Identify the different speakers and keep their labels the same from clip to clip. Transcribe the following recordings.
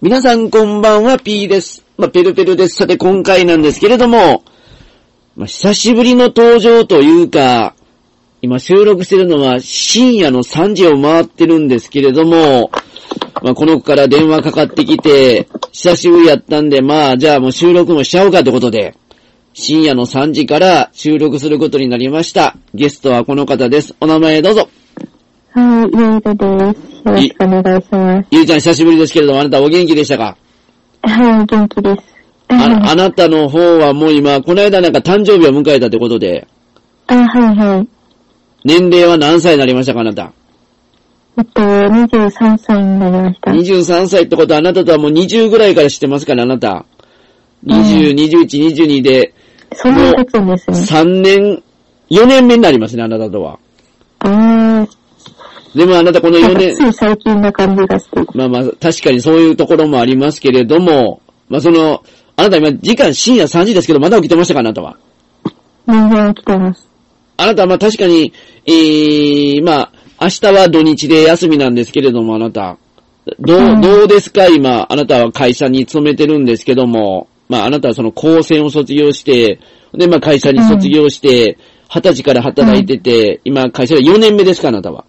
Speaker 1: 皆さんこんばんは、P です。まあ、ペルペルです。さて、今回なんですけれども、まあ、久しぶりの登場というか、今収録してるのは深夜の3時を回ってるんですけれども、まあ、この子から電話かかってきて、久しぶりやったんで、まあ、じゃあもう収録もしちゃおうかってことで、深夜の3時から収録することになりました。ゲストはこの方です。お名前どうぞ。
Speaker 2: はい、ゆうとです。よろしくお願いします。
Speaker 1: ゆうちゃん久しぶりですけれども、あなたお元気でしたか
Speaker 2: はい、元気です。
Speaker 1: あ
Speaker 2: あ
Speaker 1: あなたの方はもう今、この間なんか誕生日を迎えたってことで、
Speaker 2: はいはい。
Speaker 1: 年齢は何歳になりましたか、あなた。
Speaker 2: えっと、23歳になりました。
Speaker 1: 23歳ってことは、あなたとはもう20ぐらいから知ってますから、あなた。20、21、22で、
Speaker 2: そんな経つんですね。
Speaker 1: 3年、4年目になりますね、あなたとは。
Speaker 2: あー、なん
Speaker 1: でもあなたこの4
Speaker 2: か
Speaker 1: 年
Speaker 2: つ、い最近な感じがして。
Speaker 1: まあまあ、確かにそういうところもありますけれども、まあその、あなた今、時間深夜3時ですけど、まだ起きてましたか、あなたは。
Speaker 2: 全然起きてます。
Speaker 1: あなたはまあ確かに、ええまあ、明日は土日で休みなんですけれども、あなた。ど
Speaker 2: う
Speaker 1: う、
Speaker 2: ん
Speaker 1: どうですか今、あなたは会社に勤めてるんですけども、まああなたはその高専を卒業して、でまあ会社に卒業して、二十歳から働いてて、今会社で4年目ですか、あなたは。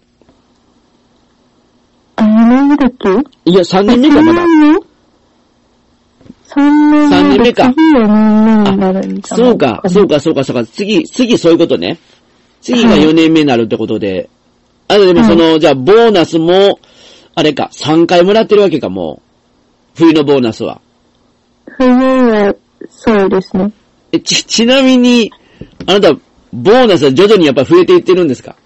Speaker 2: あ、4年目だっけ
Speaker 1: いや、3年目か、
Speaker 2: 3
Speaker 1: まだ。
Speaker 2: 年目 ?3
Speaker 1: 三
Speaker 2: 年
Speaker 1: 年
Speaker 2: 目
Speaker 1: 目
Speaker 2: で
Speaker 1: か
Speaker 2: 次4年目になるんじゃな
Speaker 1: そ
Speaker 2: いう
Speaker 1: か、そうか、そうか、そうか。次、次そういうことね。次が
Speaker 2: はい
Speaker 1: 4年目になるってことで。あとでもその、じゃあ、ボーナスも、あれか、3回もらってるわけか、もう。冬のボーナスは。
Speaker 2: 冬は、そうですね。
Speaker 1: え、ち、ちなみに、あなた、ボーナスは徐々にやっぱ増えていってるんですか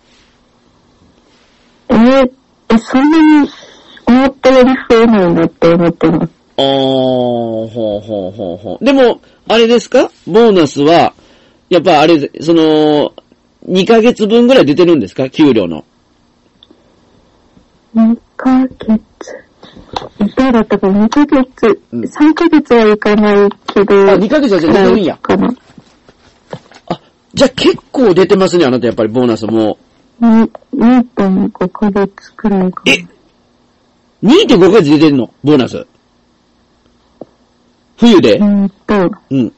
Speaker 2: えーえ、そんなに思ったより増えないなって思ってます。
Speaker 1: あー、ほうほうほうほう。でも、あれですかボーナスは、やっぱあれ、その、2ヶ月分ぐらい出てるんですか給料の。
Speaker 2: 2ヶ月。いかだったか2ヶ月、
Speaker 1: うん
Speaker 2: 3ヶ月はいかないけど。
Speaker 1: あ二ヶ月はじゃあ出てるんや
Speaker 2: かな。
Speaker 1: あ、じゃあ結構出てますね、あなたやっぱりボーナスも。
Speaker 2: に2.5ヶ月くらいかな。
Speaker 1: え2.5ヶ月出てんのボーナス。冬で
Speaker 2: えーっと、
Speaker 1: うん。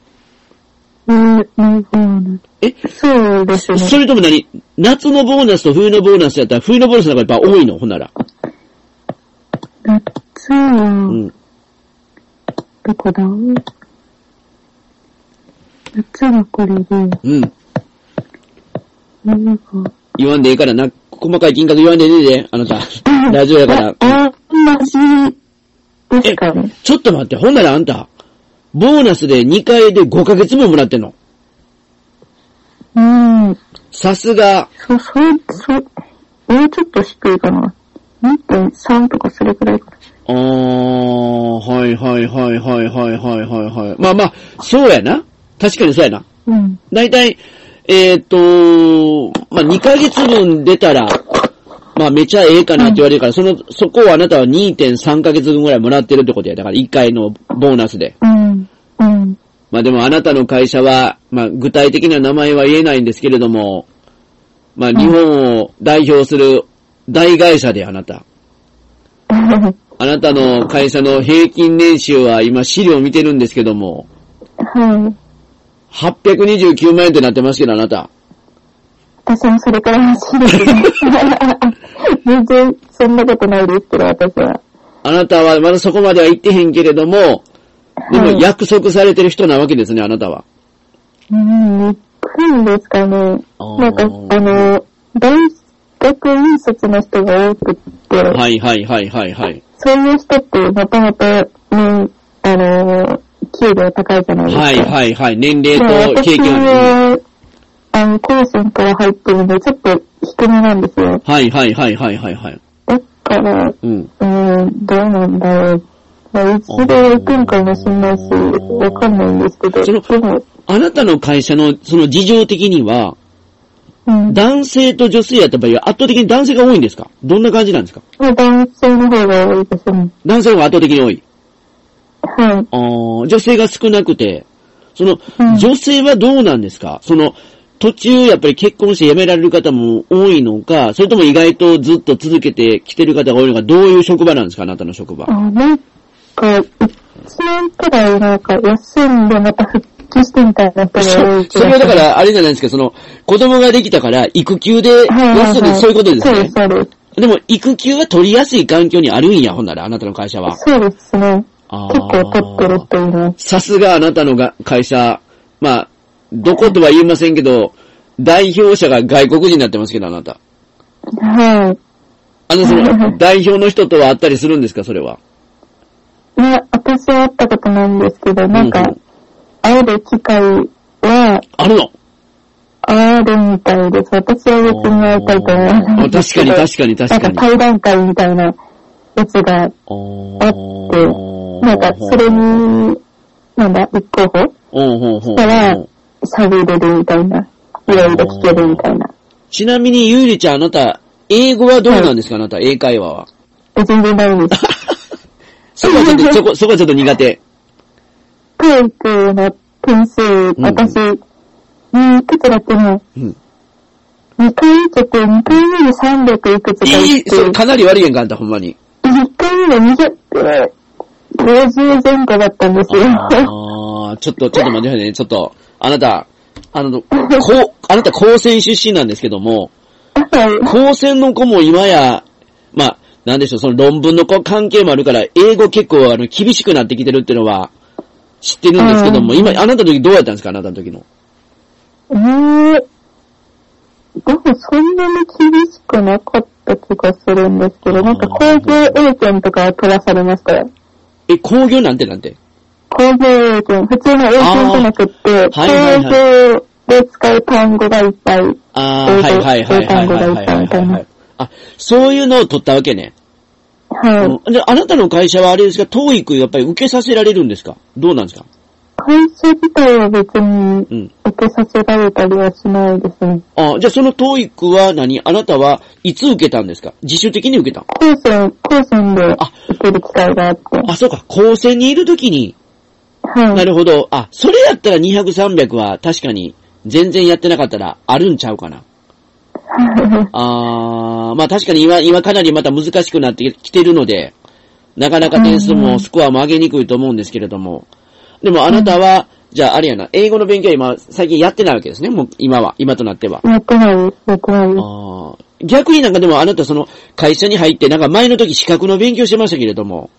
Speaker 2: えー、2ボーナ
Speaker 1: え、
Speaker 2: スそうですね。
Speaker 1: それとも何夏のボーナスと冬のボーナスやったら冬のボーナスの方がやっぱ多いのほんなら。
Speaker 2: 夏
Speaker 1: う
Speaker 2: は、
Speaker 1: ん。
Speaker 2: どこだ、夏はこれで、
Speaker 1: うん。
Speaker 2: なんか、
Speaker 1: 言わんでええからな。細かい金額言わんでええで、あなた。ラジオやから。
Speaker 2: あ、同じですかね。
Speaker 1: ちょっと待って、ほんならあんた、ボーナスで2回で5ヶ月分もらってんの。
Speaker 2: うん。
Speaker 1: さすが、
Speaker 2: そう、そう、そう、もうちょっと低いかな。2.3とかそれくらいかな。
Speaker 1: あー、はいはいはいはいはいはいはいはい。まあまあ、そうやな。確かにそうやな。
Speaker 2: うん。
Speaker 1: だいたい、えーっ、と、まあ、2ヶ月分出たら、まあ、めちゃええかなって言われるから、その、そこをあなたは2.3ヶ月分ぐらいもらってるってことや。だから1回のボーナスで。
Speaker 2: うん。うん。
Speaker 1: まあ、でもあなたの会社は、まあ、具体的な名前は言えないんですけれども、まあ、日本を代表する大会社であなた。あなたの会社の平均年収は今資料を見てるんですけども、
Speaker 2: はい。
Speaker 1: 829万円ってなってますけど、あなた。
Speaker 2: 私もそれから欲しいですね。全然、そんなことないですけど、私は。
Speaker 1: あなたはまだそこまでは行ってへんけれども、でも
Speaker 2: はい
Speaker 1: 約束されてる人なわけですね、あなたは。
Speaker 2: うん、ゆっくりですかね。
Speaker 1: あー
Speaker 2: なんか、あの、大学院卒の人が多くって、
Speaker 1: はいはいはいはいはい。
Speaker 2: そういう人って、もともと、ね、あの、給料高いじゃないですか。
Speaker 1: はいはいはい。年
Speaker 2: まあ
Speaker 1: 齢と経
Speaker 2: 私
Speaker 1: 験。うん
Speaker 2: は、あの、高専から入ってるんで、ちょっと低めなんですよ。
Speaker 1: はいはいはいはいはいはい。
Speaker 2: だから、う
Speaker 1: うん。
Speaker 2: ーん、どうなんだろう。まあ、一度行くんかもしれないし、わかんないんですけど、
Speaker 1: その
Speaker 2: でも、
Speaker 1: あなたの会社のその事情的には、
Speaker 2: うん、
Speaker 1: 男性と女性やった場合は圧倒的に男性が多いんですかどんな感じなんですか
Speaker 2: まあ男性の方が多いですね。
Speaker 1: 男性の方が圧倒的に多い。
Speaker 2: はい。
Speaker 1: あー女性が少なくて、その、
Speaker 2: うん
Speaker 1: 女性はどうなんですかその、途中やっぱり結婚して辞められる方も多いのか、それとも意外とずっと続けてきてる方が多いのか、どういう職場なんですかあなたの職場。
Speaker 2: あ、なんか、か、一年くらいなんか休んでまた復帰してみたいな人が多い
Speaker 1: そそ
Speaker 2: 気が
Speaker 1: れはだ
Speaker 2: し
Speaker 1: か
Speaker 2: ます
Speaker 1: ら、あれじゃないですか、その、子供ができたから、育休で、
Speaker 2: はいはい
Speaker 1: 休んで、
Speaker 2: はい。
Speaker 1: そういうことですね。
Speaker 2: そうです、
Speaker 1: でも、育休は取りやすい環境にあるんや、ほんなら、あなたの会社は。
Speaker 2: そうです。そうですね。
Speaker 1: あー
Speaker 2: 結構取ってると思います。
Speaker 1: さすがあなたのが会社、まあ、どことは言いませんけど、代表者が外国人になってますけど、あなた。
Speaker 2: はい。
Speaker 1: あの、その、代表の人とは会ったりするんですか、それは。
Speaker 2: ね、私は会ったことないんですけど、なんか
Speaker 1: う、ん
Speaker 2: 会える機会は
Speaker 1: あるの
Speaker 2: 会えるみたいです。私は別に会いたいと思い
Speaker 1: あ
Speaker 2: ま
Speaker 1: 確
Speaker 2: す。
Speaker 1: かに確かに確か
Speaker 2: なん
Speaker 1: に
Speaker 2: か。対談会みたいなやつがあって、なんかそれに、なんだ、立候補
Speaker 1: うんうんうん
Speaker 2: から喋れるみたいな。いろいろ聞けるみたいな。
Speaker 1: ちなみに、ゆうりちゃん、あなた、英語はどうなんですか、あなた、英会話は。
Speaker 2: え全然ないで
Speaker 1: そ
Speaker 2: す。
Speaker 1: こはちょっ と、そこ、そこはちょっと苦手。
Speaker 2: トイックの点数、
Speaker 1: ん
Speaker 2: 私、うん、いくつだっけな
Speaker 1: うん。
Speaker 2: 2回受けて、2回目で300いくつか
Speaker 1: い
Speaker 2: い
Speaker 1: い、
Speaker 2: っ
Speaker 1: それ
Speaker 2: て、
Speaker 1: かなり悪いやんか、あんた、ほんま に。
Speaker 2: 1回目で250前後だったんですよ。
Speaker 1: あーちょっと、ちょっと待ってくださいね。ちょっと、あなた、あの、こう、あなた、高専出身なんですけども、
Speaker 2: はい。
Speaker 1: 高専の子も今や、まあ、なんでしょう、その論文の子関係もあるから、英語結構、あの、厳しくなってきてるっていうのは、知ってるんですけども、
Speaker 2: うん
Speaker 1: 今、あなたの時どうやったんですか、あなたの時の。
Speaker 2: えー、でもそんなに厳しくなかった気がするんですけど、なんか工業英検とかは取らされましたよ。
Speaker 1: え、工業なんてなんて。
Speaker 2: 工業英検、普通の英検じゃなくって、
Speaker 1: あーはいはい
Speaker 2: 工業で使う単語がいっぱい。
Speaker 1: あー、はいはいはいはいはいはいはいはいはい。あ、そういうのを取ったわけね。
Speaker 2: はい。
Speaker 1: うんで、あなたの会社はあれですか、当育やっぱり受けさせられるんですかどうなんですか
Speaker 2: 会社自体は別に
Speaker 1: うん。
Speaker 2: 受けさせられたりはしないですね。
Speaker 1: あじゃあその TOEIC は何あなたはいつ受けたんですか自主的に受けた
Speaker 2: 高専、高専で
Speaker 1: あ
Speaker 2: 受ける機会があって。
Speaker 1: あ、そうか。高専にいるときに。
Speaker 2: はい。
Speaker 1: なるほど。あ、それやったら200、300は確かに全然やってなかったらあるんちゃうか な。あー、まあ確かに今、今かなりまた難しくなってきてるので、なかなか点数
Speaker 2: うんう
Speaker 1: も
Speaker 2: ん
Speaker 1: スコアも上げにくいと思うんですけれども。でもあなたは、じゃああれやな、英語の勉強は今、最近やってないわけですね。もう今は、今となっては。
Speaker 2: やってないです。やってないです。
Speaker 1: あー逆になんかでもあなたその会社に入ってなんか前の時資格の勉強してましたけれども、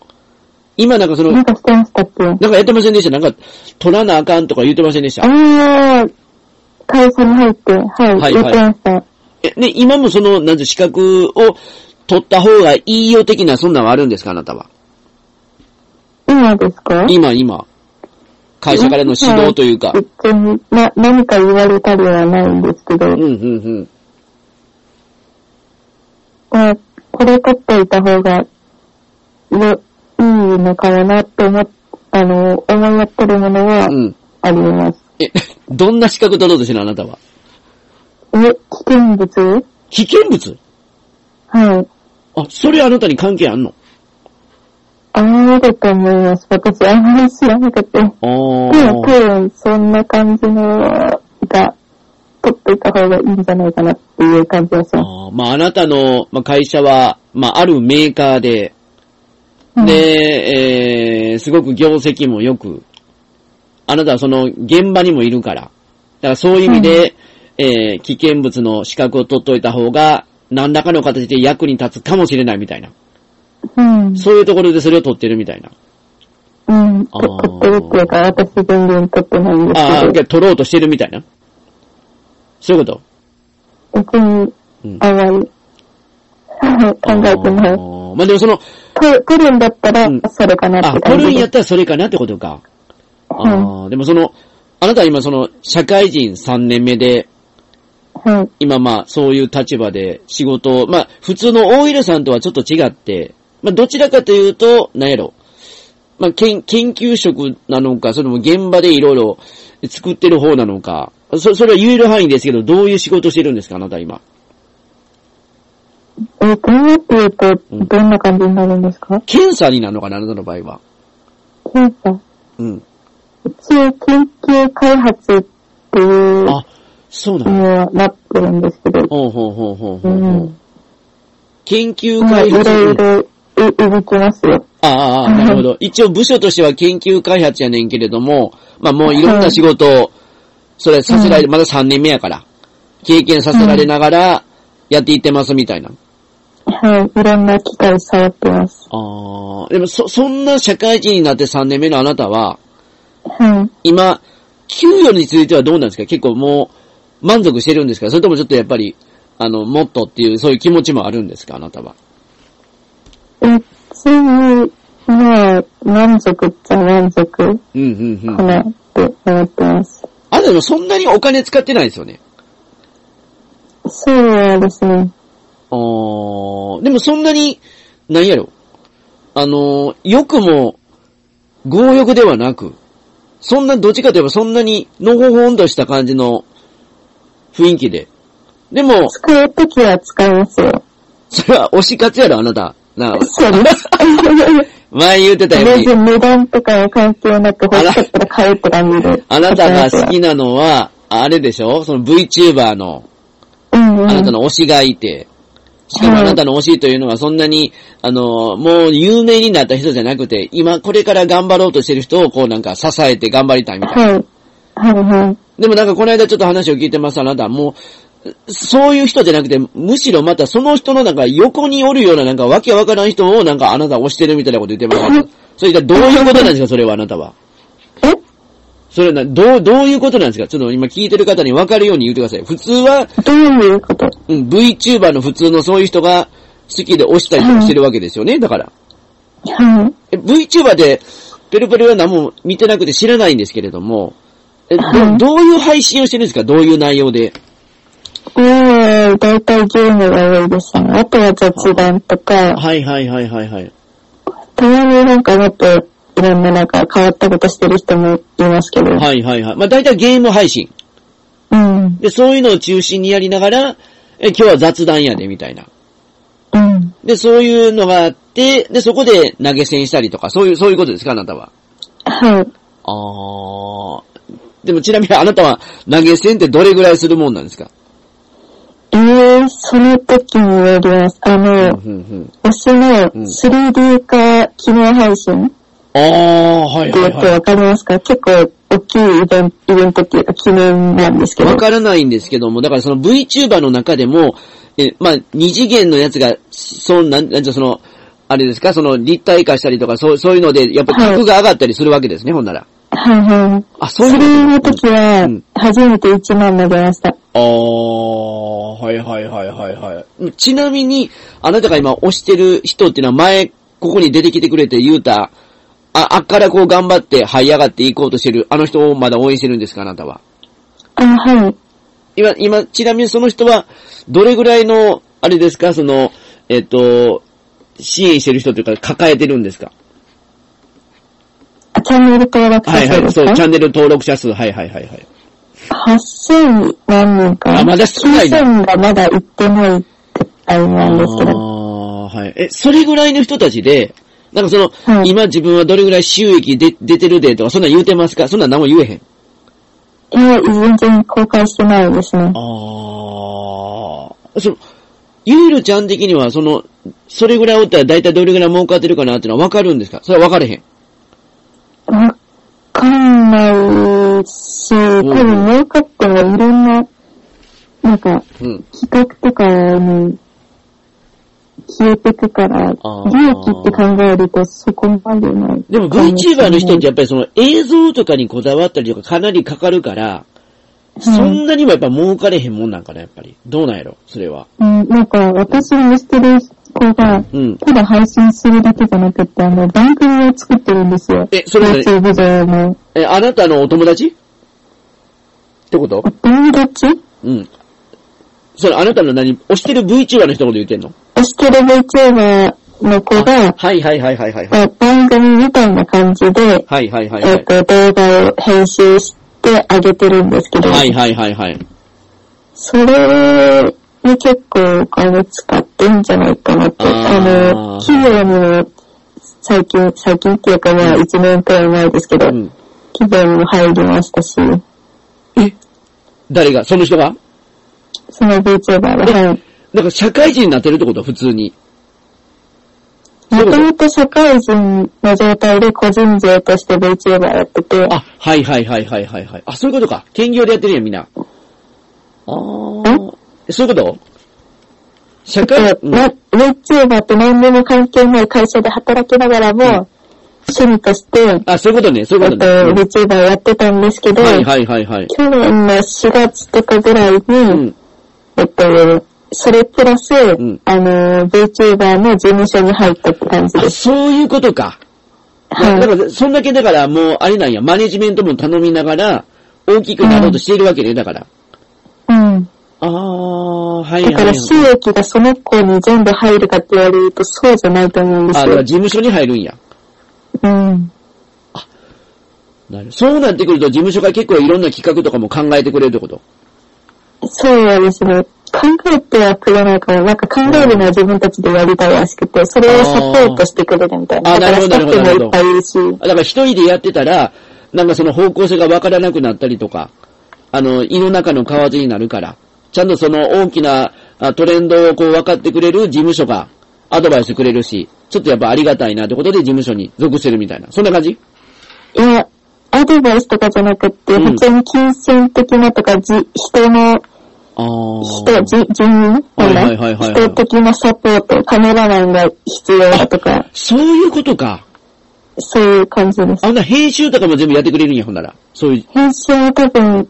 Speaker 1: 今なんかその、な
Speaker 2: なん
Speaker 1: ん
Speaker 2: かしてましたっけ
Speaker 1: かやってませんでしたなんか取らなあかんとか言ってませんでした
Speaker 2: ああ、会社に入って、はい、
Speaker 1: はい
Speaker 2: やってました。
Speaker 1: えで、今もその、なんて資格を取った方がいいよ的なそんなんはあるんですかあなたは。
Speaker 2: 今ですか
Speaker 1: 今、今。会社からの指導というか。
Speaker 2: 別に、な、何か言われたりはないんですけど、
Speaker 1: うん、うん、
Speaker 2: まあ、これ取っていた方が、よ、いいのかなって思っ、あの、思いやってるものは
Speaker 1: うん。うん。
Speaker 2: あります。
Speaker 1: え、どんな資格取ろうとしてるのあなたは。
Speaker 2: え、危険物
Speaker 1: 危険物
Speaker 2: はい。
Speaker 1: あ、それあなたに関係あんの
Speaker 2: ああ、だと思います。私、あんまり知らなかった。でも、
Speaker 1: あ
Speaker 2: 多
Speaker 1: ー。
Speaker 2: 分、そんな感じのが、取っていた方がいいんじゃないかなっていう感じがしま
Speaker 1: あーまあ、あなたの、まあ、会社は、まあ、あるメーカーで、
Speaker 2: す。
Speaker 1: で、えー、すごく業績も良く、あなたはその現場にもいるから、だからそういう意味で、えー、危険物の資格を取っといた方が、何らかの形で役に立つかもしれないみたいな。
Speaker 2: うん。うん。
Speaker 1: そういうところでそれを取ってるみたいな。
Speaker 2: うん。
Speaker 1: あ
Speaker 2: と
Speaker 1: ー
Speaker 2: 取ってるっていうか、私全然取ってないんです
Speaker 1: ああ、
Speaker 2: けど、
Speaker 1: 取ろうとしてるみたいな。そういうこと
Speaker 2: 別に
Speaker 1: うん、
Speaker 2: あんまり、
Speaker 1: あ
Speaker 2: 考えてない。
Speaker 1: ーまあでもその、
Speaker 2: 取取るんだったら
Speaker 1: うん、
Speaker 2: それかなっ
Speaker 1: あ、取
Speaker 2: て感
Speaker 1: るん
Speaker 2: じ
Speaker 1: やっ
Speaker 2: です。
Speaker 1: たらそれかなってことか。
Speaker 2: は
Speaker 1: ああ、でもその、あなたは今その、社会人3年目で、
Speaker 2: い。はい。
Speaker 1: 今まあ、そういう立場で仕事を、まあ、普通の OL さんとはちょっと違って、まあ、どちらかというと、なんやろ、まあ、研研究職なのか、それとも現場でいろいろ作ってる方なのか、そ、それは言える範囲ですけど、どういう仕事してるんですか、あなた今。
Speaker 2: えー、どうやって言うと、
Speaker 1: うん
Speaker 2: どんな感じになるんですか
Speaker 1: 検査になるのかな、あなたの場合は。
Speaker 2: 検査。
Speaker 1: うん。
Speaker 2: 一応、研究開発っていう
Speaker 1: あ、そうな
Speaker 2: に
Speaker 1: の。
Speaker 2: はなってるんですけど、
Speaker 1: ほうほうほうほうほ
Speaker 2: う
Speaker 1: うほう。
Speaker 2: ん。
Speaker 1: 研究
Speaker 2: まあ、
Speaker 1: 開
Speaker 2: いろい
Speaker 1: 発。
Speaker 2: ろ、う、うぶきますよ。
Speaker 1: ああああ、なるほど。一応部署としては研究開発やねんけれども、まあもういろんな仕事を、それさせられ、まだ3年目やから、経験させられながらやっていってますみたいな。
Speaker 2: はい。いろんな機械触ってます。
Speaker 1: ああ、でもそ、そんな社会人になって3年目のあなたは、
Speaker 2: はい。
Speaker 1: 今、給与についてはどうなんですか結構もう満足してるんですかそれともちょっとやっぱり、あの、もっとっていう、そういう気持ちもあるんですかあなたは。
Speaker 2: 別に、まあ、満足っちゃ満足か
Speaker 1: うん、うん、うん。
Speaker 2: なって思ってます。
Speaker 1: あなたもそんなにお金使ってないですよね。
Speaker 2: そうですね。
Speaker 1: あーでもそんなに、なんやろ。あのー、良くも、強欲ではなく、そんな、どっちかといえばそんなに、のほほんとした感じの雰囲気で。でも、
Speaker 2: 使うときは使います よ。
Speaker 1: それは推し活やろ、あなた。なあ
Speaker 2: そうです。
Speaker 1: 前言ってたよう
Speaker 2: 全
Speaker 1: に、
Speaker 2: 然値段とかに関係なく欲しかったら買うって感じで。
Speaker 1: あなたが好きなのは、あれでしょその VTuber の、
Speaker 2: うんうん。
Speaker 1: あなたの推しがいて、しかも
Speaker 2: は
Speaker 1: あ
Speaker 2: い
Speaker 1: なたの推しというのはそんなに、あの、もう有名になった人じゃなくて、今これから頑張ろうとしてる人をこうなんか支えて頑張りたいみたいな。
Speaker 2: はい。はいはい。
Speaker 1: でもなんかこの間ちょっと話を聞いてます、あなた。もう、そういう人じゃなくて、むしろまたその人のなんか横におるようななんかわけわからん人をなんかあなた推してるみたいなこと言ってま
Speaker 2: は
Speaker 1: す
Speaker 2: い。
Speaker 1: それじゃどういうことなんですか、それはあなたは。
Speaker 2: え
Speaker 1: それはな、どう、どういうことなんですかちょっと今聞いてる方にわかるように言ってください。普通は、
Speaker 2: どういうこと
Speaker 1: うん VTuber の普通のそういう人が好きで押したりとかしてるわけですよね、だから。
Speaker 2: はい。
Speaker 1: え VTuber で、ペルペルは何も見てなくて知らないんですけれども、えど
Speaker 2: はい
Speaker 1: どういう配信をしてるんですかどういう内容で。
Speaker 2: ええ、だいたいゲームが多いですね。あとは雑談とか、
Speaker 1: はいはいはいはいはい。
Speaker 2: たまになんかもっといろんななんか変わったことしてる人もいますけど。
Speaker 1: はいはいはい。まあ大体ゲーム配信。
Speaker 2: うん。
Speaker 1: で、そういうのを中心にやりながら、え今日は雑談やで、みたいな。
Speaker 2: うん。
Speaker 1: で、そういうのがあって、で、そこで投げ銭したりとか、そういう、そういうことですかあなたは。
Speaker 2: はい。
Speaker 1: あー。でもちなみにあなたは投げ銭ってどれぐらいするもんなんですか
Speaker 2: ええ、その時によります。あの、
Speaker 1: うんうん
Speaker 2: 私の
Speaker 1: うん
Speaker 2: 3D 化機能配信っ
Speaker 1: ああ、はい
Speaker 2: て
Speaker 1: は
Speaker 2: 言
Speaker 1: い
Speaker 2: って
Speaker 1: は
Speaker 2: わかりますか結構大きいイベント、イベントっていうか記念なんです
Speaker 1: い。
Speaker 2: けど。
Speaker 1: わからないんですけども、だからその VTuber の中でも、え、まあ、二次元のやつが、そう、なん、なんじゃその、あれですか、その立体化したりとか、そう、そういうので、やっぱ
Speaker 2: はい
Speaker 1: 格が上がったりするわけですね、ほんなら。
Speaker 2: はいはい。
Speaker 1: あ、そう
Speaker 2: そ
Speaker 1: いう
Speaker 2: れの
Speaker 1: こと
Speaker 2: 時は
Speaker 1: うん、
Speaker 2: 初めて1万投げました。
Speaker 1: あー、はいはいはいはいはい。ちなみに、あなたが今推してる人っていうのは前、ここに出てきてくれて言うた、あ、あっからこう頑張って、這い上がっていこうとしてる、あの人をまだ応援してるんですか、あなたは。
Speaker 2: あ、はい。
Speaker 1: 今、今、ちなみにその人は、どれぐらいの、あれですか、その、えっと、支援してる人というか、抱えてるんですか
Speaker 2: あチャンネル登録
Speaker 1: は
Speaker 2: 者
Speaker 1: いは
Speaker 2: 数で
Speaker 1: い、
Speaker 2: す
Speaker 1: そう、チ
Speaker 2: か
Speaker 1: ャンネル登録者数、はいはいはいはい。
Speaker 2: 8000何人か。
Speaker 1: あまだ少ないな
Speaker 2: 9000がまだ行ってないってあれ
Speaker 1: あ
Speaker 2: なんですけど。
Speaker 1: あーはい。え、それぐらいの人たちで、なんかその、
Speaker 2: はい
Speaker 1: 今自分はどれぐらい収益で出てるでとか、そんなん言うてますかそんなん何も言えへん。
Speaker 2: いや、全然公開してないですね
Speaker 1: あ。あ。その、ゆいるちゃん的には、その、それぐらいおったら大体どれぐらい儲かってるかなってのは分かるんですかそれは分かれへん。
Speaker 2: わかんないし、多
Speaker 1: ん
Speaker 2: 分儲かってもいろんな、なんか、
Speaker 1: うん。
Speaker 2: 企画とかに消えてくから、利
Speaker 1: あー
Speaker 2: 益って考えるとそこまでない。
Speaker 1: でも VTuber の人ってやっぱりその映像とかにこだわったりとかかなりかかるから、そんなにもやっぱ儲かれへんもんなんかな、やっぱり。どうなんやろそれは。
Speaker 2: うん、なんか私の推してる子が、
Speaker 1: うん。
Speaker 2: ただ配信するだけじゃなくて、あの、番組を作ってるんですよ。
Speaker 1: えそれ何
Speaker 2: YouTube 上の。
Speaker 1: え、あなたのお友達ってこと
Speaker 2: お友達
Speaker 1: うん。それ、あなたの何、押してる VTuber の人のこと言ってんの
Speaker 2: 推してる VTuber の子が、
Speaker 1: はいはいはいはいはい。
Speaker 2: え番組みたいな感じで、
Speaker 1: はいはいはいは
Speaker 2: えっ
Speaker 1: い。
Speaker 2: と、動画を編集してあげてるんですけど、
Speaker 1: はいはいはいはい。
Speaker 2: それに結構お金使ってんじゃないかなって、
Speaker 1: あ
Speaker 2: あ
Speaker 1: ー
Speaker 2: の、企業にも最近、最近っていうかまあ1年くらい前ですけ
Speaker 1: う
Speaker 2: ど、
Speaker 1: ん。
Speaker 2: 企業にも入りましたし、
Speaker 1: 誰がその人が
Speaker 2: その VTuber が、はい。
Speaker 1: なんか社会人になってるってこと普通に。
Speaker 2: いや
Speaker 1: どういう
Speaker 2: も
Speaker 1: こと
Speaker 2: ともと社会人の状態で個人税として VTuber やってて、
Speaker 1: あ、はいはいはいはいはいはい。あ、そういうことか。兼業でやってるやん、みんな。あー。そういうこと社会、
Speaker 2: え
Speaker 1: うん
Speaker 2: な VTuber って何でも関係ない会社で働きながらも、趣味として、えっ
Speaker 1: あ、そういうことね、そういうこと
Speaker 2: と、
Speaker 1: ね。うん
Speaker 2: VTuber やってたんですけど、
Speaker 1: はいはいはいはい。
Speaker 2: 去年の4月とかぐらいに、
Speaker 1: うん。
Speaker 2: えっと、それプラス、
Speaker 1: ん
Speaker 2: あの、VTuber の事務所に入ったって感じで
Speaker 1: あ、
Speaker 2: す。
Speaker 1: そういうことか。
Speaker 2: はい。
Speaker 1: だから、そんだけだから、もう、あれなんや、マネジメントも頼みながら、大きくなろうとしているわけね、だから。
Speaker 2: うん。
Speaker 1: あー、はいは
Speaker 2: だ
Speaker 1: い、は
Speaker 2: か
Speaker 1: い。
Speaker 2: ら収益がその子に全部入るかって言われるとそうじゃないと思うんで
Speaker 1: あ、だ
Speaker 2: す
Speaker 1: から
Speaker 2: よ
Speaker 1: 事。務所に入るんや。
Speaker 2: うん。
Speaker 1: なるそうなってくると、事務所が結構いろんな企画とかも考えてくれるってこと。
Speaker 2: そうですね。考えてはくれないから、なんか考えるのは自分たちでやりたいらしくて、それをサポートしてくれるみたい
Speaker 1: あー
Speaker 2: な。だからスタッフもいっぱいいるし。
Speaker 1: だから一人でやってたら、なんかその方向性がわからなくなったりとか、あの、胃の中の蛙になるから、ちゃんとその大きなあトレンドをこう分かってくれる事務所がアドバイスくれるし、ちょっとやっぱありがたいなってことで事務所に属してるみたいな。そんな感じ
Speaker 2: いや、アドバイスとかじゃなくて、
Speaker 1: うん
Speaker 2: 普通に金銭的なとか、じ人の
Speaker 1: ああ。
Speaker 2: 人、じ人員
Speaker 1: はいはいはいはい
Speaker 2: 人的なサポート、カメラマンが必要だと か、
Speaker 1: そういうことか。
Speaker 2: そういう感じです。
Speaker 1: あんな編集とかも全部やってくれるんや、ほんなら。そういう。
Speaker 2: 編集は多分、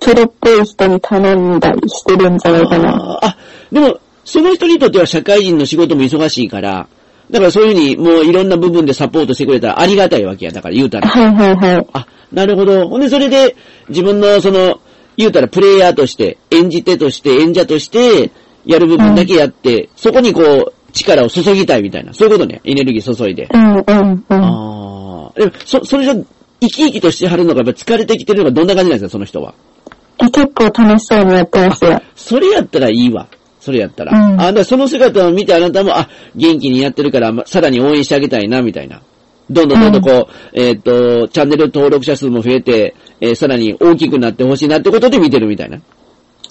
Speaker 2: プロっぽい人に頼んだりしてるんじゃないかな。
Speaker 1: あーあ、でも、その人にとっては社会人の仕事も忙しいから、だからそういうふうにもういろんな部分でサポートしてくれたらありがたいわけや。だから言うたら。
Speaker 2: はいはいはい。
Speaker 1: あ、なるほど。ほんで、それで、自分の、その、言うたら、プレイヤーとして、演じ手として、演者として、やる部分だけやって、そこにこう、力を注ぎたいみたいな、そういうことね。エネルギー注いで。
Speaker 2: うんうんうん。
Speaker 1: ああ。でも、そ、それじゃ、生き生きとしてはるのが、やっぱ疲れてきてるのがどんな感じなんですか、その人は。
Speaker 2: え結構楽しそうにやってますよ。
Speaker 1: それやったらいいわ。それやったら。
Speaker 2: うん
Speaker 1: あ、だからその姿を見てあなたも、あ、元気にやってるから、まさらに応援してあげたいな、みたいな。どんどんどんどんこう、えっ、と、チャンネル登録者数も増えて、えーさらに大きくなってほしいなってことで見てるみたいな。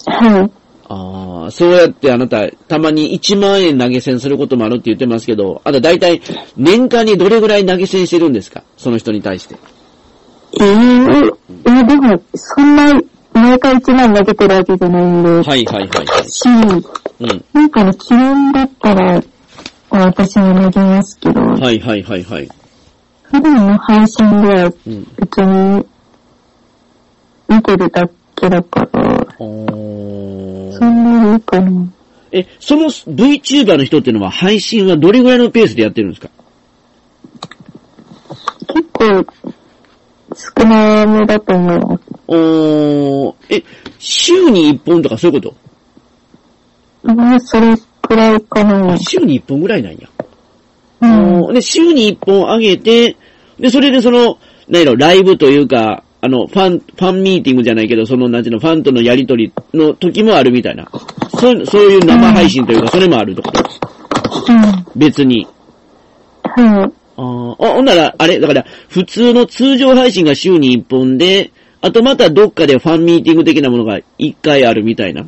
Speaker 2: はい。
Speaker 1: ああ、そうやってあなた、たまに1万円投げ銭することもあるって言ってますけど、あなた大体年間にどれぐらい投げ銭してるんですかその人に対して。
Speaker 2: えー、えーでも、そんな、毎回一万投げてるわけじゃないんで、
Speaker 1: はいはいはいはい。
Speaker 2: し、な
Speaker 1: うん。
Speaker 2: んかね、気温だったら、私も投げますけど、
Speaker 1: はいはいはいはい。
Speaker 2: 普段の配信では
Speaker 1: うん。
Speaker 2: 別に見てるだけだから、
Speaker 1: お
Speaker 2: そんなにいいかな。
Speaker 1: え、その VTuber の人っていうのは配信はどれぐらいのペースでやってるんですか
Speaker 2: 結構、少なめだと思います。
Speaker 1: おー、え、週に1本とかそういうこ
Speaker 2: まあ、それくらいか
Speaker 1: と
Speaker 2: な
Speaker 1: あ。週に1本ぐらいなんや。
Speaker 2: うん。
Speaker 1: おーで、週に1本上げて、で、それでその、なんやろ、ライブというか、あの、ファン、ファンミーティングじゃないけど、その、なんていうの、ファンとのやりとりの時もあるみたいな。そう、そういう生配信というか、それもあるとか、別に。
Speaker 2: うん。はい。
Speaker 1: あーあ、ほんなら、あれ、だから、普通の通常配信が週に1本で、あとまたどっかでファンミーティング的なものが1回あるみたいな。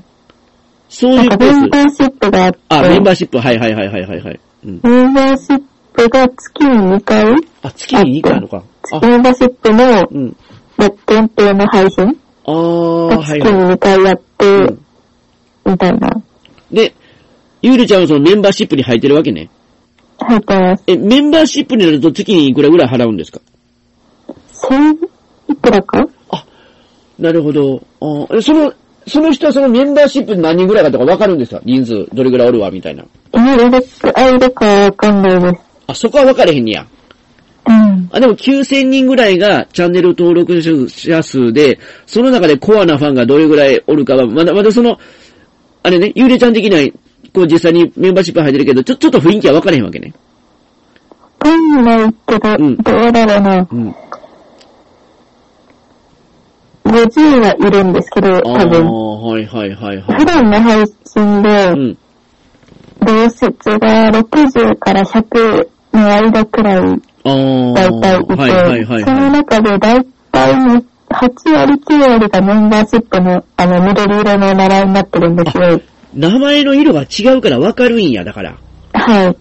Speaker 1: そう
Speaker 2: ないん
Speaker 1: う
Speaker 2: か、
Speaker 1: ペ
Speaker 2: メンバ
Speaker 1: ース。
Speaker 2: ーシップがあって、
Speaker 1: あ、メンバーシップ、はいはいはいはいはいはい。うん。
Speaker 2: メンバーシップが月に2回、
Speaker 1: あ、月に2回あるのか。あ、
Speaker 2: メンバーシップの
Speaker 1: うん。
Speaker 2: 限定の配信
Speaker 1: ああ、
Speaker 2: が
Speaker 1: は
Speaker 2: 月
Speaker 1: い
Speaker 2: に
Speaker 1: はい。
Speaker 2: 2回やっ
Speaker 1: う
Speaker 2: て
Speaker 1: ん、
Speaker 2: みたいな、
Speaker 1: で、ゆうりちゃんはそのメンバーシップに入ってるわけね。
Speaker 2: 入ってます。
Speaker 1: え、メンバーシップになると月にいくらぐらい払うんですか
Speaker 2: 千いくらか
Speaker 1: なるほど。あーえその、その人はそのメンバーシップ何人ぐらいかとかわかるんですか人数、どれぐらいおるわ、みたいな。
Speaker 2: え、いるか、あ、いるかわかんないです。
Speaker 1: あ、そこは分かれへんねや。
Speaker 2: うん。
Speaker 1: あ、でも9000人ぐらいがチャンネル登録者数で、その中でコアなファンがどれぐらいおるかは、まだ、まだその、あれね、幽霊ちゃん的には、こう実際にメンバーシップ入ってるけど、ちょ、ちょっと雰囲気は分からへんわけね。
Speaker 2: わかんないけど、
Speaker 1: うん
Speaker 2: どうだろうな。
Speaker 1: うん。
Speaker 2: 50はいるんですけど、
Speaker 1: ああ
Speaker 2: 多
Speaker 1: ー、
Speaker 2: 分。
Speaker 1: はいはいはい
Speaker 2: 普
Speaker 1: は
Speaker 2: 段の配信
Speaker 1: い。う
Speaker 2: で、
Speaker 1: ん。
Speaker 2: 同説が60から100の間くらい、
Speaker 1: ああ、
Speaker 2: だいたいいて、
Speaker 1: はいはいはい
Speaker 2: その
Speaker 1: はい。
Speaker 2: 中でだいたい8割9割がメンバーシップの、あの、緑色の習いになってるんですよ。
Speaker 1: 名前の色が違うから分かるんや、だから。
Speaker 2: はい。
Speaker 1: あ
Speaker 2: だ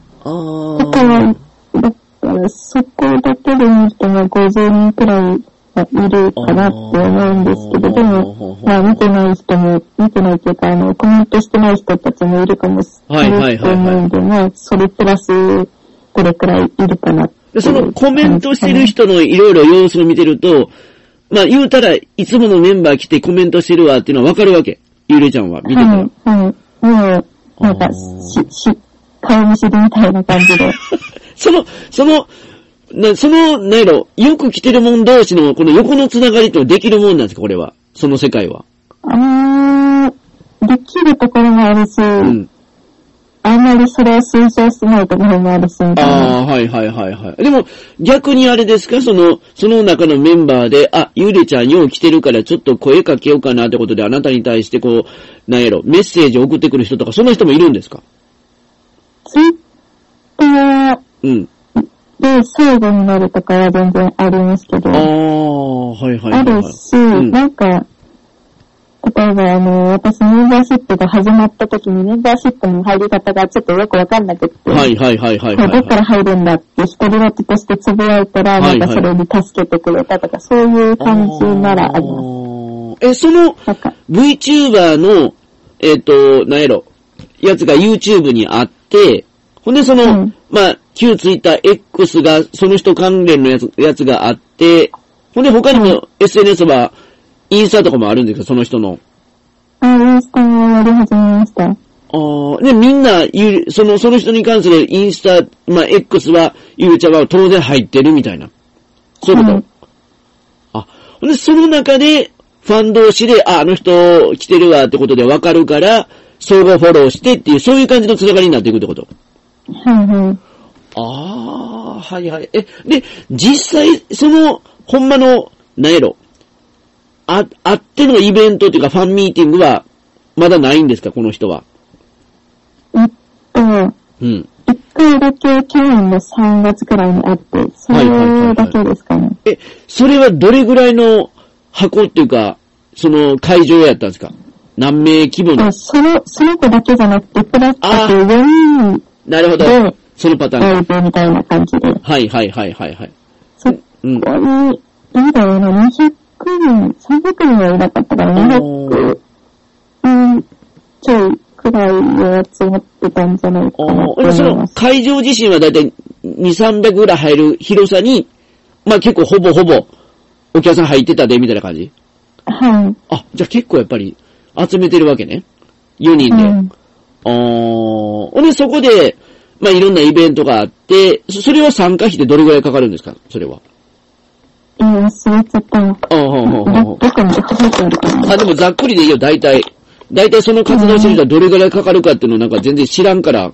Speaker 2: から、
Speaker 1: ー
Speaker 2: だからそこだけで見ると、まあ50人くらいはいるかなって思うんですけど、でも、まあ見てない人も、見てないというか、あの、コメントしてない人たちもいるかもし
Speaker 1: はい
Speaker 2: れ
Speaker 1: は
Speaker 2: ないい
Speaker 1: は
Speaker 2: と
Speaker 1: いはい
Speaker 2: 思うんで、まあそれプラス、どれくらいいるかなってい
Speaker 1: で
Speaker 2: う
Speaker 1: そのコメントしてる人のいろいろ様子を見てると、まあ言うたらいつものメンバー来てコメントしてるわっていうのはわかるわけ。ゆれちゃんは見てたら。
Speaker 2: はい、はい。もう、なん
Speaker 1: あ
Speaker 2: か、し
Speaker 1: ー、
Speaker 2: し、顔見知りみたいな感じ で。
Speaker 1: その、その、なその、なんやろ、よく来てるもん同士のこの横のつながりとできるもんなんですか、これは。その世界は。
Speaker 2: あー、できるところもあるし、
Speaker 1: うん。
Speaker 2: あんまりそれを推奨しないところもあるし、みたいな。
Speaker 1: ああ、はいはいはいはい。でも、逆にあれですか、その、その中のメンバーで、あ、ゆれちゃんよう来てるからちょっと声かけようかなってことで、あなたに対してこう、なんやろ、メッセージを送ってくる人とか、そんな人もいるんですか
Speaker 2: ツイッター
Speaker 1: うん。
Speaker 2: で正午になるとかは全然ありますけど、
Speaker 1: ああ、はいはいは
Speaker 2: あ
Speaker 1: い、はい。
Speaker 2: るし、
Speaker 1: うん
Speaker 2: なんか、例えばあの、私メンバーシップが始まった時にメンバーシップの入り方がちょっとよくわかんなくって、
Speaker 1: はいはいはいはい
Speaker 2: こ
Speaker 1: は
Speaker 2: れ
Speaker 1: い、
Speaker 2: どっか
Speaker 1: は
Speaker 2: ら入るんだって独り言としてつぶやいたら、
Speaker 1: は
Speaker 2: ないんかそれに助けてくれたとか、そういう
Speaker 1: い。
Speaker 2: 感じならあります。
Speaker 1: ます。え、その、
Speaker 2: なんか、
Speaker 1: VTuber の、えっ、と、なんやろ、やつが YouTube にあって、ほんでその、
Speaker 2: うん
Speaker 1: まあ、旧 TwitterX が、その人関連のやつ、やつがあって、ほんで他にも SNS は、インスタとかもあるんですか、その人の。
Speaker 2: あ、インスタもやり始めました。
Speaker 1: あーで、みんな、ゆその、その人に関するインスタ、まあ、X は、ゆうちゃんは当然入ってるみたいな。そういうこと、
Speaker 2: うん
Speaker 1: あ、ほんで、その中で、ファン同士で、あ、あの人来てるわってことでわかるから、相互フォローしてっていう、そういう感じのつながりになっていくってこと
Speaker 2: はいはい。
Speaker 1: ああ、はいはい。え、で、実際、その、ほんまの、なんやろ、あ、あってのイベントっていうか、ファンミーティングは、まだないんですか、この人は。
Speaker 2: えっと、
Speaker 1: うん。
Speaker 2: 一回だけ去年の3月くらいにあって、それだけですかね。
Speaker 1: え、それはどれぐらいの箱っていうか、その会場やったんですか何名規模の
Speaker 2: あその、その子だけじゃなくて、プラスだけ4人
Speaker 1: なるほど
Speaker 2: で。
Speaker 1: そのパターン
Speaker 2: ライブみたいな感じで、
Speaker 1: か。はいはいはいはいはい。
Speaker 2: そこ
Speaker 1: うん。
Speaker 2: に、いいだろうな、200人、300人はいなかったから、
Speaker 1: おー
Speaker 2: 200人ちょいくらいを集まってたんじゃないかな
Speaker 1: あ
Speaker 2: と
Speaker 1: あ、そ
Speaker 2: 思いま
Speaker 1: の
Speaker 2: す。
Speaker 1: 会場自身はだいたい2、300ぐらい入る広さに、まあ結構ほぼほぼお客さん入ってたで、みたいな感じ
Speaker 2: はい。
Speaker 1: あ、じゃあ結構やっぱり集めてるわけね。4人で。
Speaker 2: うん
Speaker 1: ああ、ほんでそこで、まあいろんなイベントがあって、そそれは参加費でどれぐらいかかるんですかそれは。
Speaker 2: えー、忘れちゃったのか。
Speaker 1: ああ、ほうほうほうほ
Speaker 2: ど
Speaker 1: う
Speaker 2: どこに行って書いてあるかな。
Speaker 1: あ、でもざっくりでいいよ、大体。大体その活動してる人はどれぐらいかかるかっていうのなんか全然知らんから。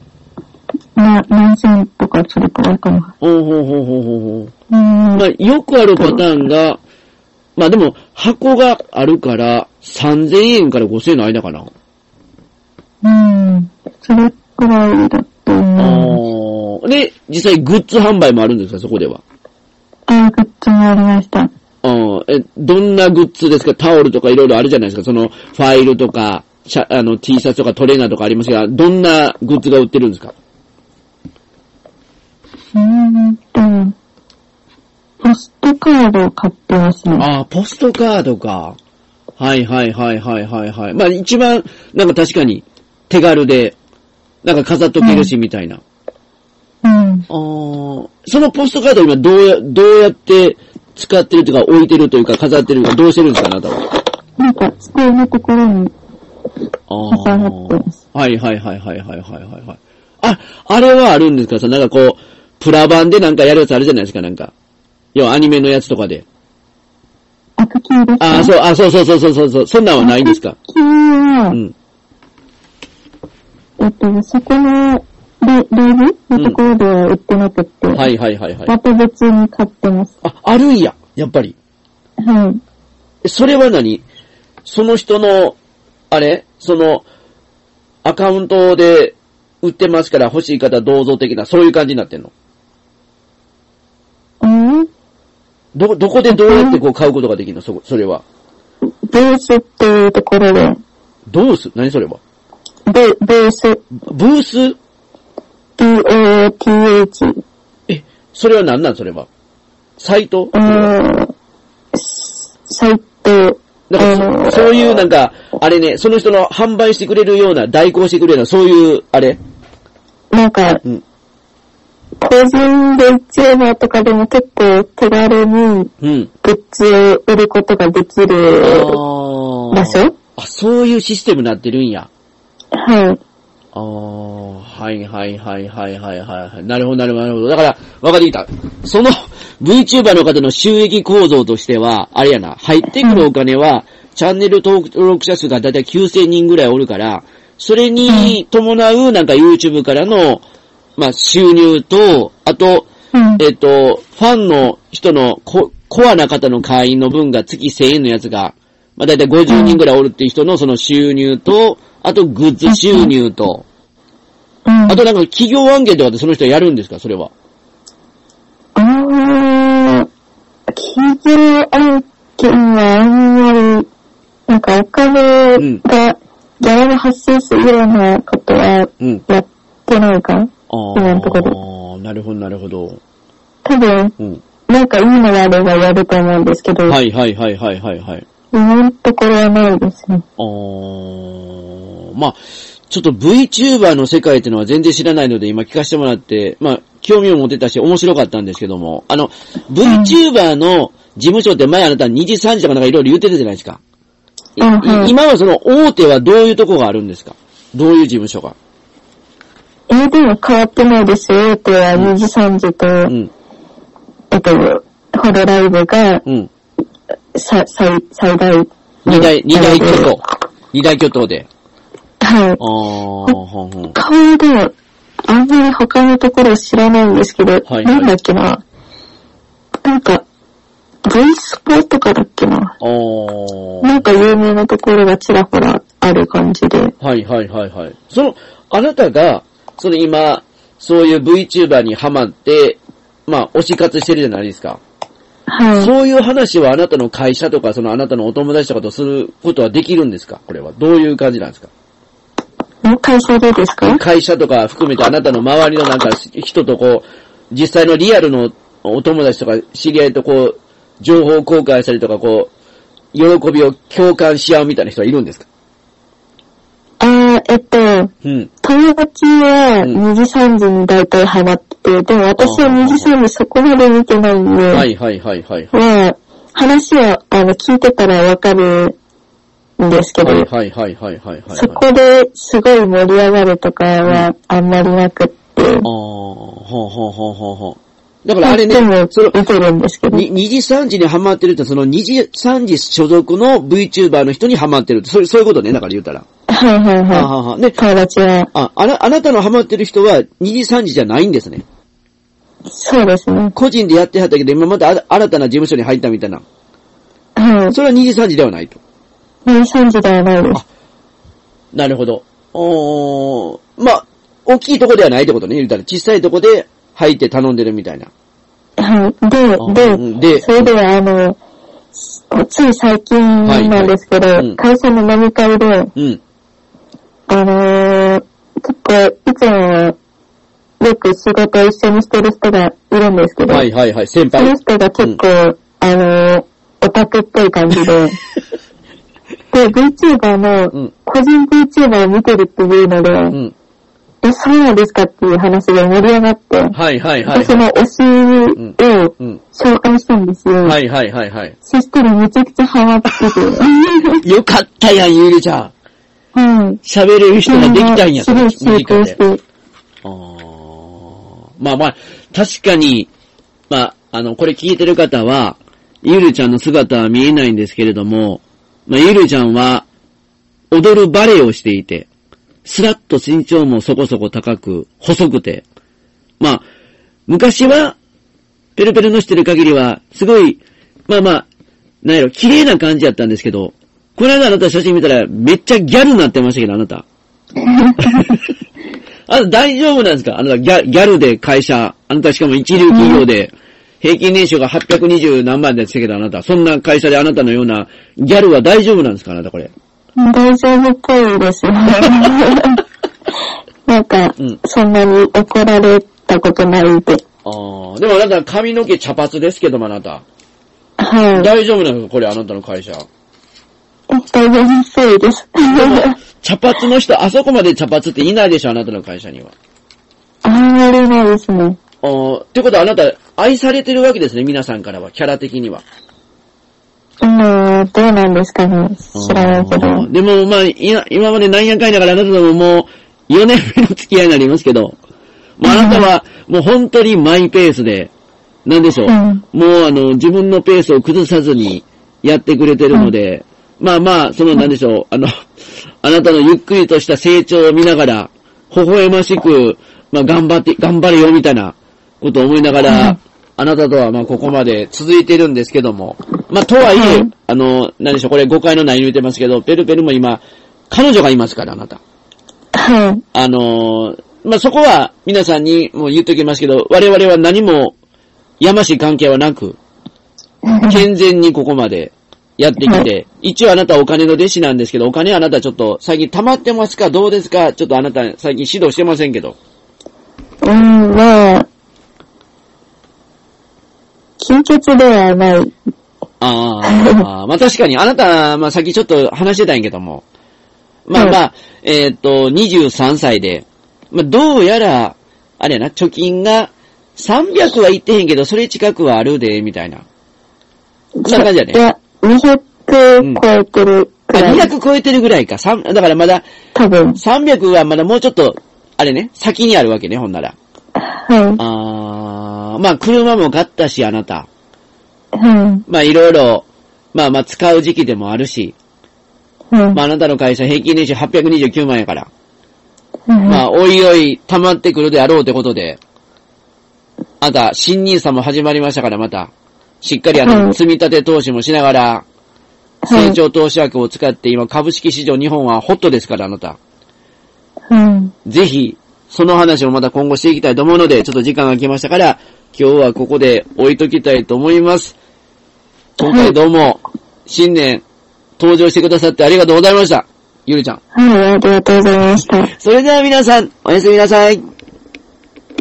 Speaker 2: な、何千とかそれくらいかな。
Speaker 1: ほうほうほうほうほうほ
Speaker 2: うー
Speaker 1: う。
Speaker 2: ん。
Speaker 1: まあ、よくあるパターンが、まあでも、箱があるから、3000円から5000円の間かな。
Speaker 2: うん。それくらいだと思う。
Speaker 1: あーで、実際グッズ販売もあるんですか、そこでは。
Speaker 2: ああ、グッズもありました。
Speaker 1: あーえ、どんなグッズですかタオルとかいろいろあるじゃないですか。その、ファイルとか、シャあの、T シャツとかトレーナーとかありますが、どんなグッズが売ってるんですか
Speaker 2: うーんと、ポストカードを買ってますね。
Speaker 1: ああ、ポストカードか。はいはいはいはいはいはい。まあ一番、なんか確かに手軽で、なんか飾っとけるしみたいな。
Speaker 2: うん。
Speaker 1: ああ、そのポストカードを今どうや、どうやって使ってるというか置いてるというか飾ってるというかどうしてるんですかあなたは。
Speaker 2: なんか、机のところに
Speaker 1: あ
Speaker 2: 飾ってます。
Speaker 1: あ。はいはいはいはいはいはいはいはい。あ、あれはあるんですかさ、なんかこう、プラ版でなんかやるやつあるじゃないですか、なんか。要はアニメのやつとかで。
Speaker 2: アクキーです
Speaker 1: ああ、そう、あ、そうそうそうそうそう、そんなんはないんですか
Speaker 2: アクキーは、
Speaker 1: うん。
Speaker 2: えっと、そこのレ、レールのところでは売ってなくて、
Speaker 1: はいはいはいはい。
Speaker 2: また別に買ってます。
Speaker 1: あ、あるんや、やっぱり。
Speaker 2: はい。
Speaker 1: それは何その人の、あれその、アカウントで売ってますから欲しい方どうぞ的な、そういう感じになってんの
Speaker 2: うん
Speaker 1: ど、どこでどうやってこう買うことができるのそこ、それは。
Speaker 2: ベースっていうところで、
Speaker 1: どうす何それは
Speaker 2: ベベース、
Speaker 1: ブース
Speaker 2: POTH。
Speaker 1: え、それは何なんそれは。サイト
Speaker 2: えー、サイト、
Speaker 1: なんかそ、そういうなんか、あれね、その人の販売してくれるような、代行してくれるような、そういう、あれ
Speaker 2: なんか、
Speaker 1: うん
Speaker 2: 個人で YouTuber とかでも結構手軽に
Speaker 1: うん。
Speaker 2: グッズを売ることができる
Speaker 1: あ
Speaker 2: 場所
Speaker 1: あ、そういうシステムになってるんや。
Speaker 2: はい。
Speaker 1: ああ、はいはいはいはいはいはいはい。なるほどなるほどなるほど。だから、分かってきた。その VTuber の方の収益構造としては、あれやな、入ってくるお金は、チャンネル登録者数がだいたい9000人ぐらいおるから、それに伴うなんか YouTube からの、まあ収入と、あと、
Speaker 2: うん。
Speaker 1: えっと、ファンの人のココアな方の会員の分が月1000円のやつが、まあ、だいたい50人ぐらいおるっていう人のその収入と、あとグッズ収入と、
Speaker 2: うん
Speaker 1: あとなんか企業案件とかでその人やるんですかそれは。
Speaker 2: あー、企業案件はあんまり、なんかお金が、ギャラが発生するようなことは
Speaker 1: うん。
Speaker 2: やってないかな
Speaker 1: あ
Speaker 2: 今のとこ
Speaker 1: あ、なるほど、なるほど。
Speaker 2: 多分、
Speaker 1: うん。
Speaker 2: なんかいいのがあればやると思うんですけど、
Speaker 1: はいはいはいはいはいはい。
Speaker 2: 今のところはないですね。
Speaker 1: あー、まあ、ちょっと VTuber の世界っていうのは全然知らないので今聞かせてもらって、まあ、興味を持てたし面白かったんですけども、あの、VTuber の事務所って前あなた2時3時とかなんかいろいろ言ってたじゃないですか。い
Speaker 2: あはい
Speaker 1: い今はその大手はどういうとこがあるんですかどういう事務所が
Speaker 2: え、でも変わってないですよ。あとは2時3時と、
Speaker 1: うん、
Speaker 2: えっと、ホロライブが
Speaker 1: うん。
Speaker 2: さ最最大。
Speaker 1: 二大、二大巨頭。二大巨頭で。
Speaker 2: はい
Speaker 1: あ。ー、ほんほん。
Speaker 2: 顔で、あんまり他のところ知らないんですけど、
Speaker 1: はい
Speaker 2: なんだっけな。なんか、V スポとかだっけな。
Speaker 1: あー。
Speaker 2: なんか有名なところがちらほらある感じで。
Speaker 1: はいはいはいはい。その、あなたが、その今、そういう VTuber にハマって、まあ、推し活してるじゃないですか。
Speaker 2: はい。
Speaker 1: そういう話はあなたの会社とか、そのあなたのお友達とかとすることはできるんですかこれは。どういう感じなんですか
Speaker 2: もう会社でですか
Speaker 1: 会社とか含めてあなたの周りのなんか人とこう、実際のリアルのお友達とか知り合いとこう、情報公開したりとかこう、喜びを共感し合うみたいな人はいるんですか
Speaker 2: あー、えっと、
Speaker 1: うん。
Speaker 2: 友達は
Speaker 1: うん
Speaker 2: 2時3時に大体ハマってて、でも私は2時3時そこまで見てないんで、
Speaker 1: はいはいはいはい。
Speaker 2: まあ、話をあの聞いてたらわかるんですけど、
Speaker 1: はいはいはいはいはいはい。
Speaker 2: そこですごい盛り上がるとかはあんまりなくって、
Speaker 1: ああ、ほうほうほうほうほう。だからあれね
Speaker 2: でも、
Speaker 1: その、
Speaker 2: 見てるんですけど、
Speaker 1: に二次三次にハマってるって、その二次三次所属の VTuber の人にハマってるって、それそういうことね、だから言うたら。
Speaker 2: はいはい
Speaker 1: あは
Speaker 2: は
Speaker 1: はで
Speaker 2: い。、友達は、
Speaker 1: あ、あな、あなたのハマってる人は二次三次じゃないんですね。
Speaker 2: そうですね。
Speaker 1: 個人でやってはったけど、今またあ新たな事務所に入ったみたいな。
Speaker 2: はい。
Speaker 1: それは二次三次ではないと。
Speaker 2: 2、3時ではないです。
Speaker 1: なるほど。おー、まあ、大きいとこではないってことね、言うたら。小さいとこで入って頼んでるみたいな。 あ
Speaker 2: はい。
Speaker 1: うん
Speaker 2: で、
Speaker 1: で
Speaker 2: で、それではあの、つい最近なんですけど、
Speaker 1: はいはいうん
Speaker 2: 会社の飲み会で、
Speaker 1: うん。
Speaker 2: あのー、結構、いつも、よく仕事を一緒にしてる人がいるんですけど、
Speaker 1: はいはいはい、先
Speaker 2: そ
Speaker 1: 輩
Speaker 2: の。人が結構、あのー、オタクっぽい感じ で、で、VTuber
Speaker 1: う
Speaker 2: の
Speaker 1: ん、
Speaker 2: 個人 VTuber を見てるっていうので、
Speaker 1: うん。
Speaker 2: え、そうなんですかっていう話で盛り上がって、
Speaker 1: はいはいは
Speaker 2: で
Speaker 1: い
Speaker 2: そ。の推しを
Speaker 1: うん。
Speaker 2: 紹介したんですよ。
Speaker 1: はいはいはいはい。
Speaker 2: そしたらめちゃくちゃハマってて、は
Speaker 1: よかったやん、ゆりちゃん。
Speaker 2: い。
Speaker 1: 喋れる人ができたんや、
Speaker 2: すごい成功し
Speaker 1: 短い間で
Speaker 2: て、
Speaker 1: あーまあまあ、確かに、まあ、あの、これ聞いてる方は、ゆりちゃんの姿は見えないんですけれども、まあ、ゆりちゃんは、踊るバレエをしていて、スラッと身長もそこそこ高く、細くて、まあ、昔は、ペルペルのしてる限りは、すごい、まあまあ、なんやろ、綺麗な感じやったんですけど、この間あなた写真見たら、めっちゃギャルになってましたけど、あなた。あなた大丈夫なんですかあなたギャギャルで会社、あなたしかも一流企業で、平均年収が820何万でしたけど、あなた。そんな会社であなたのようなギャルは大丈夫なんですかあなたこれ。
Speaker 2: 大丈夫っぽいですね。まなんか
Speaker 1: うん、
Speaker 2: そんなに怒られたことないんで。
Speaker 1: ああ、でもあなた髪の毛茶髪ですけどもあなた。
Speaker 2: はい。
Speaker 1: 大丈夫なのこれあなたの会社。
Speaker 2: 大丈夫そ うです。
Speaker 1: 茶髪の人、あそこまで茶髪っていないでしょあなたの会社には。
Speaker 2: あんまりないですね。
Speaker 1: ああ、ってことはあなた愛されてるわけですね、皆さんからは、キャラ的には。
Speaker 2: うん、どうなんですかね。知らないけど。
Speaker 1: あーでも、まあ、いや今までなんやかんやからあなたとももう4年目の付き合いになりますけど、もうあなたはもう本当にマイペースで、なんでしょう、
Speaker 2: うん
Speaker 1: もうあの、自分のペースを崩さずにやってくれてるので、まあまあ、そのなんでしょう、あの、 あなたのゆっくりとした成長を見ながら、微笑ましく、まあ頑張って、頑張れよみたいなことを思いながら、
Speaker 2: うん
Speaker 1: あなたとはまあここまで続いてるんですけども、まあとはいえ、
Speaker 2: うん
Speaker 1: あの、何でしょう、これ誤解のないように言ってますけど、ペルペルも今、彼女がいますから、あなた。
Speaker 2: はい。
Speaker 1: あのーまあ、そこは皆さんにもう言っときますけど、我々は何もやましい関係はなく、健全にここまでやってきて、一応あなたお金の弟子なんですけど、お金あなたちょっと最近溜まってますかどうですかちょっとあなた最近指導してませんけど。
Speaker 2: うん、まあ、金欠ではない。
Speaker 1: ああ、まあ確かに、あなた、まあさっきちょっと話してたんやけども、まあまあ、えーっと、23歳で、まあどうやら、あれやな、貯金が300はいってへんけど、それ近くはあるで、みたいな。そんな感じや
Speaker 2: い
Speaker 1: ね。
Speaker 2: や、200超えてる
Speaker 1: あ
Speaker 2: くらい。
Speaker 1: 200超えてるぐらいか。三だからまだ、
Speaker 2: 多分。
Speaker 1: 300はまだもうちょっと、あれね、先にあるわけね、ほんなら。
Speaker 2: は
Speaker 1: あー、まあ車も買ったし、あなた。
Speaker 2: い。は
Speaker 1: まあいろいろ、まあまあ使う時期でもあるし、
Speaker 2: い。はい
Speaker 1: まあ、あなたの会社平均年収829万やから。
Speaker 2: はい
Speaker 1: まあ、おいおい、溜まってくるであろうってことで。あなた、新ニーサも始まりましたから、また。しっかりあ
Speaker 2: は
Speaker 1: の、
Speaker 2: い
Speaker 1: 積み立て投資もしながら、
Speaker 2: はい
Speaker 1: 成長投資枠を使って、今、株式市場日本はホットですから、あなた。
Speaker 2: はい。
Speaker 1: ぜひ、その話をまた今後していきたいと思うので、ちょっと時間が来ましたから、今日はここで置いときたいと思います。今回どうも、新年、登場してくださってありがとうございました。ゆりちゃん。
Speaker 2: はい、ありがとうございました。
Speaker 1: それでは皆さん、おやすみなさい。